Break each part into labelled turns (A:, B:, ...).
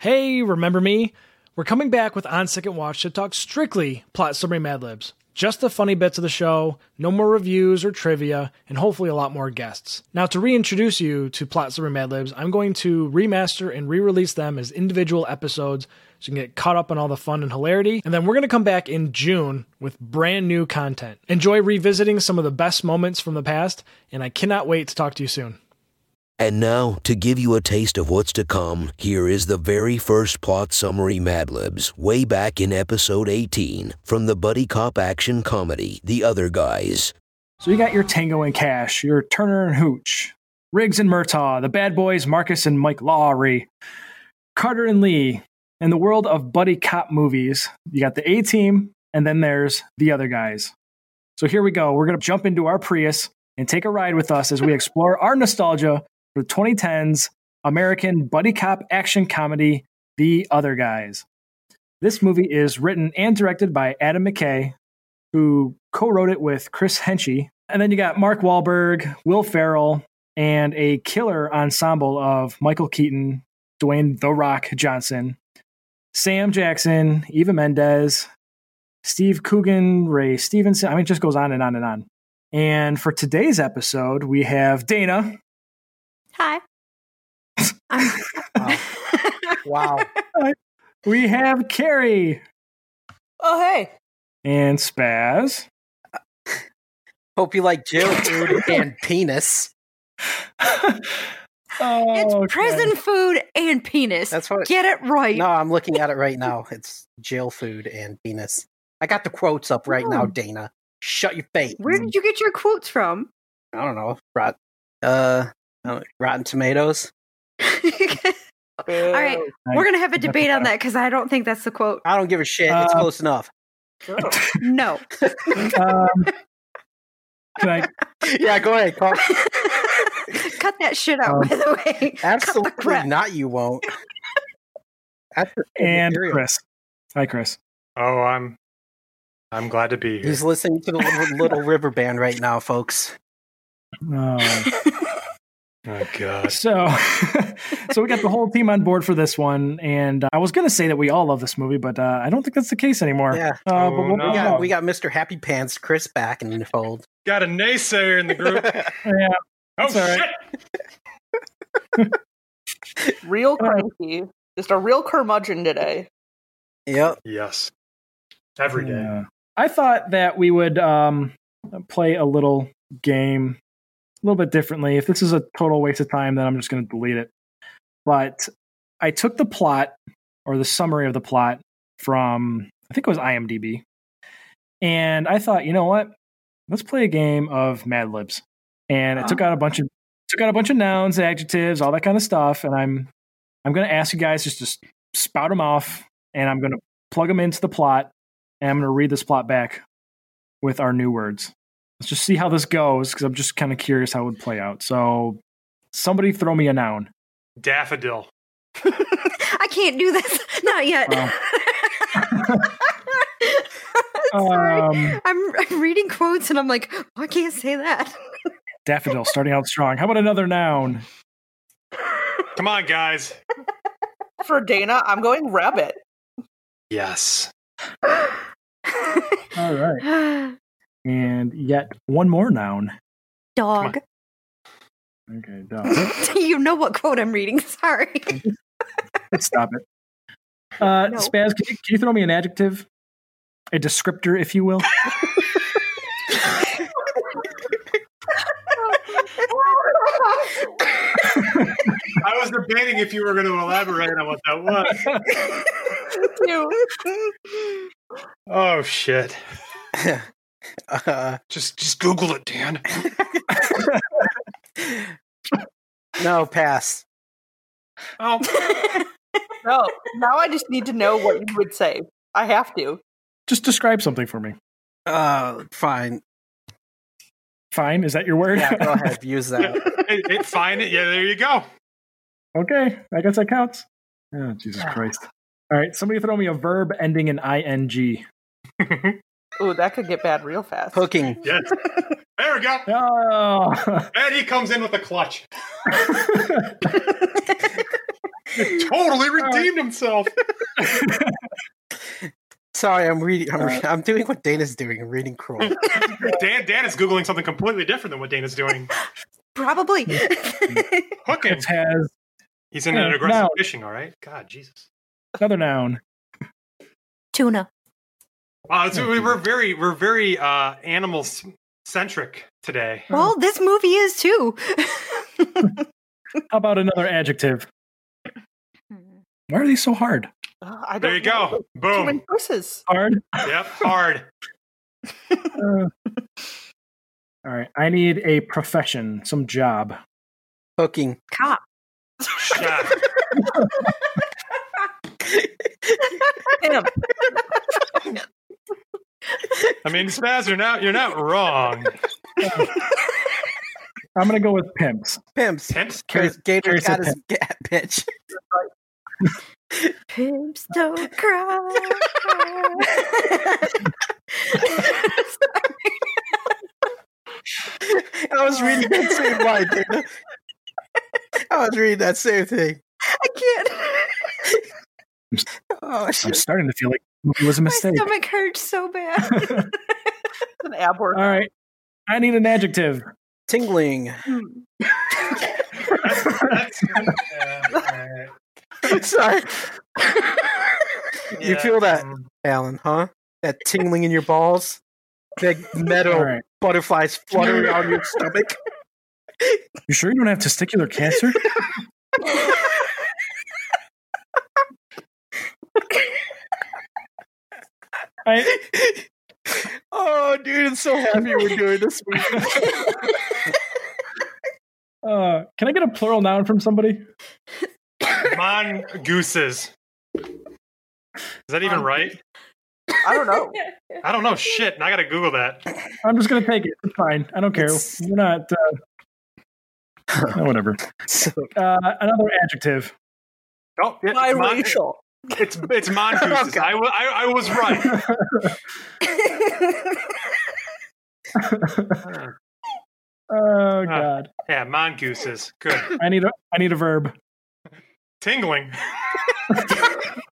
A: Hey, remember me? We're coming back with On Second Watch to talk strictly plot summary Mad Libs. Just the funny bits of the show, no more reviews or trivia, and hopefully a lot more guests. Now, to reintroduce you to Plot Summary Mad Libs, I'm going to remaster and re release them as individual episodes so you can get caught up on all the fun and hilarity. And then we're going to come back in June with brand new content. Enjoy revisiting some of the best moments from the past, and I cannot wait to talk to you soon.
B: And now, to give you a taste of what's to come, here is the very first plot summary Mad Libs, way back in episode 18, from the buddy cop action comedy, The Other Guys.
A: So you got your Tango and Cash, your Turner and Hooch, Riggs and Murtaugh, the Bad Boys, Marcus and Mike Lowry, Carter and Lee. In the world of buddy cop movies, you got the A Team, and then there's the other guys. So here we go. We're going to jump into our Prius and take a ride with us as we explore our nostalgia for the 2010s American buddy cop action comedy, The Other Guys. This movie is written and directed by Adam McKay, who co-wrote it with Chris Henchy. And then you got Mark Wahlberg, Will Farrell, and a killer ensemble of Michael Keaton, Dwayne The Rock Johnson, Sam Jackson, Eva Mendes, Steve Coogan, Ray Stevenson. I mean, it just goes on and on and on. And for today's episode, we have Dana.
C: Hi. I'm-
D: Wow.
A: We have Carrie
C: oh, hey.
A: and Spaz.
D: Hope you like jail food and penis.
C: It's
A: Oh, okay.
C: prison food and penis.
D: That's what.
C: Get it right.
D: No, I'm looking at it right now. It's jail food and penis. I got the quotes up right
C: Oh.
D: now, Dana. Shut your face.
C: Where did you get your quotes from?
D: I don't know. Rot, uh, uh, Rotten Tomatoes.
C: All right, we're gonna have a debate on that because I don't think that's the quote.
D: I don't give a shit. It's
A: Uh,
D: close enough.
C: No.
A: Um, can I
D: yeah, go ahead. Call.
C: Cut that shit out,
A: Um,
C: by the way. Cut the
D: Absolutely
C: crap.
D: not. You won't. That's the
A: and
D: material.
A: Chris? Hi, Chris.
E: Oh, I'm I'm glad to be here.
D: He's listening to the Little, Little River Band right now, folks.
A: Oh.
E: oh god.
A: So, so we got the whole team on board for this one, and uh, I was going to say that we all love this movie, but uh, I don't think that's the case anymore.
D: Yeah.
A: Uh, but
E: Oh,
A: we'll
E: no.
D: We got,
A: yeah,
D: we got Mr. Happy Pants Chris back in the fold.
E: Got a naysayer in the group.
A: yeah.
E: oh
A: It's all right.
E: shit.
F: real
A: All right.
F: cranky. Just a real curmudgeon today.
D: Yep.
E: Yes. Every day.
A: Yeah. I thought that we would um, play a little game a little bit differently. If this is a total waste of time, then I'm just going to delete it. But I took the plot or the summary of the plot from, I think it was IMDb. And I thought, you know what? Let's play a game of Mad Libs. And I took out a bunch of took out a bunch of nouns, adjectives, all that kind of stuff. And I'm I'm going to ask you guys just to s- spout them off, and I'm going to plug them into the plot, and I'm going to read this plot back with our new words. Let's just see how this goes because I'm just kind of curious how it would play out. So, somebody throw me a noun.
E: Daffodil.
C: I can't do this. Not yet.
D: Um.
C: Sorry.
D: Uh.
A: Um,
C: I'm, I'm reading quotes and I'm like, oh, I can't say that.
A: daffodil, starting out strong. How about another noun?
E: Come on, guys.
F: For Dana, I'm going rabbit.
E: Yes.
A: All right. And yet one more noun.
C: Dog.
A: Okay, dog.
C: you know what quote I'm reading. Sorry.
A: Stop it. Uh,
C: No.
A: Spaz, can you, can you throw me an adjective? A descriptor, if you will.
E: I was debating if you were going to elaborate on what that was. Oh shit.
D: uh,
E: Just just Google it, Dan.
D: no, pass.
E: Oh,
F: No, now I just need to know what you would say. I have to.
A: Just describe something for me.
D: Uh, fine.
A: Fine. Is that your word?
D: Yeah, go ahead. Use that.
E: it, it find it. Yeah, there you go.
A: okay. I guess that counts. Oh, Jesus Christ. All right. Somebody throw me a verb ending in ing.
F: Ooh, that could get bad real fast.
D: Hooking.
E: Yes. There we go.
A: Oh.
E: And he comes in with a clutch. totally redeemed himself.
D: Sorry, I'm reading. I'm, re- I'm doing what Dana's doing. I'm reading Kroll.
E: Dan Dan is googling something completely different than what Dana's doing.
C: Probably.
E: Hooking.
A: It has
E: He's in an
A: Yeah,
E: aggressive
A: no.
E: fishing. All right. God, Jesus.
A: another noun.
C: Tuna.
E: Wow, it's, we- we're very we're very uh, animal s- centric today.
C: Well, this movie is too.
A: How about another adjective?
C: Mm-hmm.
A: Why are these so hard?
F: Uh, I don't
E: There you
F: know.
E: go.
F: Too many
E: Boom.
F: choices.
A: Hard.
E: Yep. Hard.
A: Uh, all right. I need a profession, some job.
D: Hooking.
C: Cop.
E: Yeah.
F: Damn.
E: I mean, Spaz, you're not you're not wrong.
A: I'm gonna go with pimps.
D: Pimps.
E: Pimps.
D: Because Gator's
A: Gator's a
D: got his gat, bitch.
C: Pimps don't cry.
D: I was reading that same line, Dana. I was reading that same thing.
C: I can't.
D: Oh,
A: I'm
D: shit.
A: starting to feel like it was a
C: My
A: mistake.
C: stomach hurts so bad.
F: It's an ab
A: All
F: work.
A: right. I need an adjective.
D: Tingling.
C: Mm.
E: That's, that's, uh, yeah, all right.
D: Sorry, You
E: Yeah,
D: feel that?
E: um,
D: Alan, huh? That tingling in your balls? That metal
A: All right.
D: butterflies fluttering around your stomach?
A: You sure you don't have testicular cancer? I,
D: Oh, dude, I'm so happy we're doing this.
A: uh, can I get a plural noun from somebody?
E: Mongooses. Is that even right?
F: I don't know.
E: I don't know. Shit. and I gotta Google that.
A: I'm just gonna take it. It's fine. I don't care.
D: It's-
A: We're not. Uh, oh, whatever.
D: So,
A: Uh, another adjective.
E: Oh, it- it's, mon-
F: Biracial.
E: it's it's mongooses. I, wa- I, I was right.
D: Ah.
A: Oh God.
E: Yeah, mongooses. Good.
A: I need a. I need a verb.
E: Tingling.
A: Did I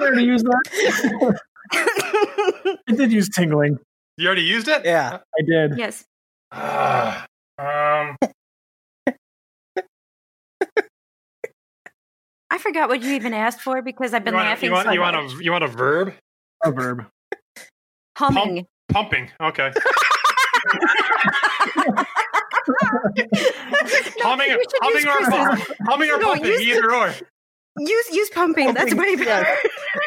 A: already use that? I did use tingling.
E: You already used it.
D: yeah.
A: I did.
C: yes.
E: Ah, um,
C: I forgot what you even asked for because I've
E: you
C: been
E: want,
C: laughing
E: you, want,
C: so
E: you,
C: much.
E: want a, you want a verb?
A: A verb.
C: Humming.
E: Pumping. Okay. humming,
C: you should use
E: humming, or,
C: Chris's.
E: pu- humming or
C: No,
E: pumping,
C: use-
E: either or.
C: Use use pumping. That's
D: Pumping,
C: way better.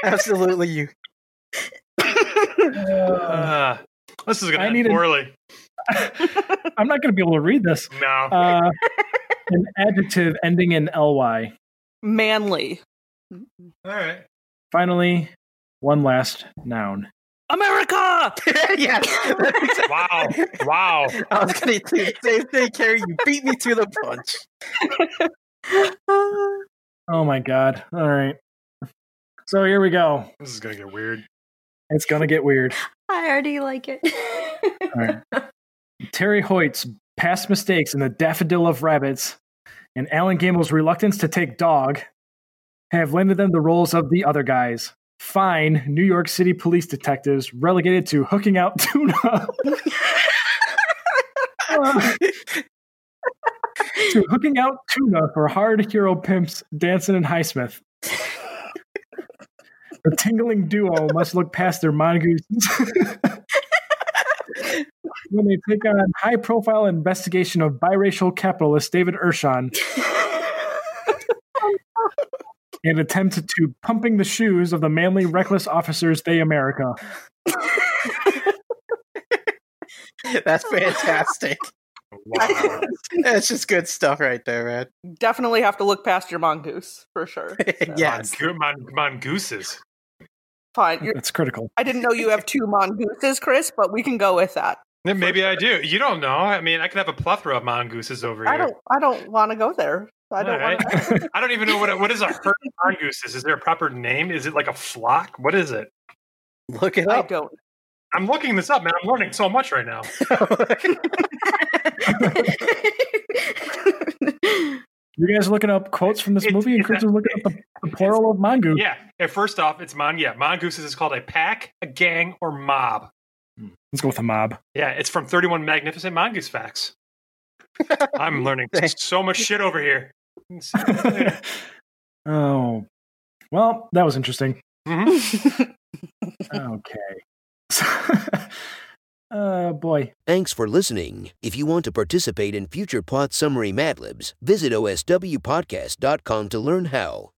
D: Absolutely, you.
A: Uh,
E: Uh, this is
A: I
E: gonna end
A: need a-
E: poorly.
A: I'm not going to be able to read this.
E: No.
A: Uh, an adjective ending in ly.
F: Manly.
E: All right.
A: Finally, one last noun.
F: America.
D: yes.
E: Wow. Wow.
D: I was going to do the same thing, Carrie. You beat me to the punch.
A: Oh my god! All right. So here we go.
E: This is gonna get weird.
A: It's gonna get weird.
C: I already like it.
A: All right. Terry Hoyt's past mistakes in the Daffodil of Rabbits and Alan Gamble's reluctance to take dog have landed them the roles of the other guys. Fine, New York City police detectives relegated to hooking out tuna. Uh, to hooking out tuna for hard hero pimps Danson and Highsmith. The tingling duo must look past their mongooses when they take on high profile investigation of biracial capitalist David Ershon and attempt to pumping the shoes of the manly, reckless officers they America.
D: That's fantastic.
E: Wow.
D: That's just good stuff right there, man.
F: Definitely have to look past your mongoose for sure. So,
D: yes.
E: Mongo- mon- mongooses.
F: Fine. You're,
A: That's critical.
F: I didn't know you have two mongooses, Chris, but we can go with that.
E: Yeah, Maybe I do. You don't know. I mean, I could have a plethora of mongooses over here.
F: I don't. I don't want to go there. I don't
E: All
F: want
E: right. I don't even know what a- what is a herd of mongooses. Is there a proper name? Is it like a flock? What is it?
D: Look it
F: to. I
D: up.
F: don't.
E: I'm looking this up, man. I'm learning so much right now.
A: You guys are looking up quotes from this
E: It's-
A: movie, and
E: it's
A: Chris
E: a-
A: is looking up the, the plural of mongoose.
E: Yeah. And first off, it's mon. Yeah, mongooses is called a pack, a gang, or mob.
A: Let's go with a mob.
E: Yeah, it's from 31 Magnificent Mongoose Facts. I'm learning so much shit over here. Mm-hmm.
A: oh, well, that was interesting.
E: Mhm.
A: Okay. oh boy.
B: Thanks for listening. If you want to participate in future plot summary Madlibs, visit oswpodcast.com to learn how.